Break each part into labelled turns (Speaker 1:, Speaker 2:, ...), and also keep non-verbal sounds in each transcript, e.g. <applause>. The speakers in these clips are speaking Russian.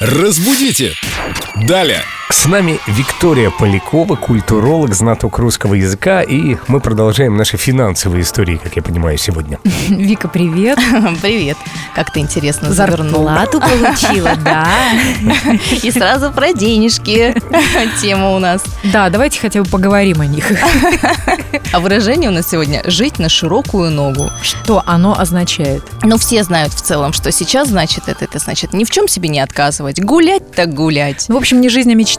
Speaker 1: Разбудите! Далее!
Speaker 2: С нами Виктория Полякова, культуролог, знаток русского языка, и мы продолжаем наши финансовые истории, как я понимаю, сегодня.
Speaker 3: Вика, привет.
Speaker 4: <laughs> Привет. Как ты
Speaker 3: <laughs>
Speaker 4: интересно завернула.
Speaker 3: Зарплату получила, да.
Speaker 4: И сразу про денежки. <laughs> Тема у нас.
Speaker 3: Да, давайте хотя бы поговорим о них.
Speaker 4: А выражение у нас сегодня «жить на широкую ногу».
Speaker 3: Что оно означает?
Speaker 4: Но все знают в целом, что сейчас значит это. Это значит ни в чем себе не отказывать. Гулять так гулять.
Speaker 3: Ну, в общем, не жизнь, а мечта.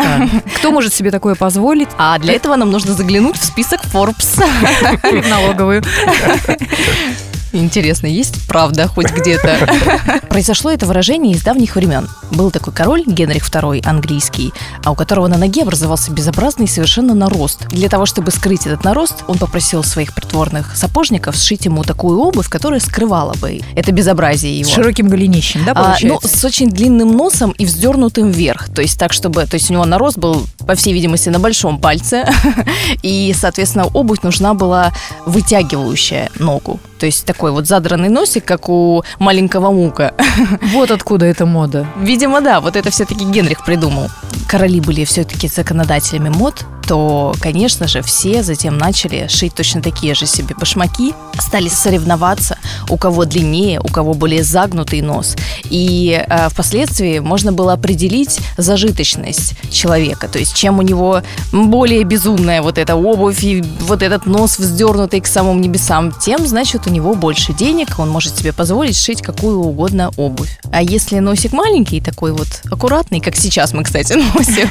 Speaker 3: Кто может себе такое позволить?
Speaker 4: А для этого нам нужно заглянуть в список Forbes.
Speaker 3: В налоговую.
Speaker 4: Интересно, есть правда хоть где-то? <laughs> Произошло это выражение из давних времен. Был такой король Генрих II, английский, а у которого на ноге образовался безобразный совершенно нарост. Для того, чтобы скрыть этот нарост, он попросил своих притворных сапожников сшить ему такую обувь, которая скрывала бы это безобразие
Speaker 3: С
Speaker 4: его.
Speaker 3: широким голенищем, да,
Speaker 4: А, ну,
Speaker 3: получается?
Speaker 4: с очень длинным носом и вздернутым вверх. То есть так, чтобы... То есть у него нарост был, по всей видимости, на большом пальце. <laughs> И, соответственно, обувь нужна была вытягивающая ногу. То есть такой вот задранный носик, как у маленького мука. <laughs>
Speaker 3: вот откуда эта мода.
Speaker 4: Видимо, да, вот это все-таки Генрих придумал. Короли были все-таки законодателями мод, то, конечно же, все затем начали шить точно такие же себе башмаки, стали соревноваться, у кого длиннее, у кого более загнутый нос. И э, впоследствии можно было определить зажиточность человека, то есть чем у него более безумная вот эта обувь и вот этот нос вздернутый к самым небесам, тем, значит, у него больше денег, он может себе позволить шить какую угодно обувь. А если носик маленький, такой вот аккуратный, как сейчас мы, кстати, <laughs> носим,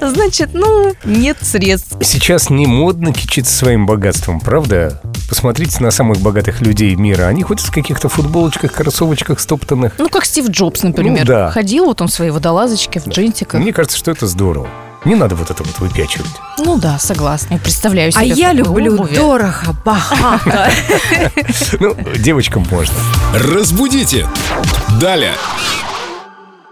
Speaker 4: значит, ну, нет средств.
Speaker 2: Сейчас не модно кичиться своим богатством, правда? Посмотрите на самых богатых людей мира. Они ходят в каких-то футболочках, кроссовочках стоптанных.
Speaker 4: Ну, как Стив Джобс, например.
Speaker 2: Ну, да.
Speaker 4: Ходил вот он в своей водолазочке, в джинсиках.
Speaker 2: Мне кажется, что это здорово. Не надо вот это вот выпячивать.
Speaker 4: Ну да, согласна. Я представляю себе
Speaker 3: А я
Speaker 4: в такой
Speaker 3: люблю
Speaker 4: обуви.
Speaker 3: дорого, богато.
Speaker 2: Ну, девочкам можно.
Speaker 1: Разбудите! Далее!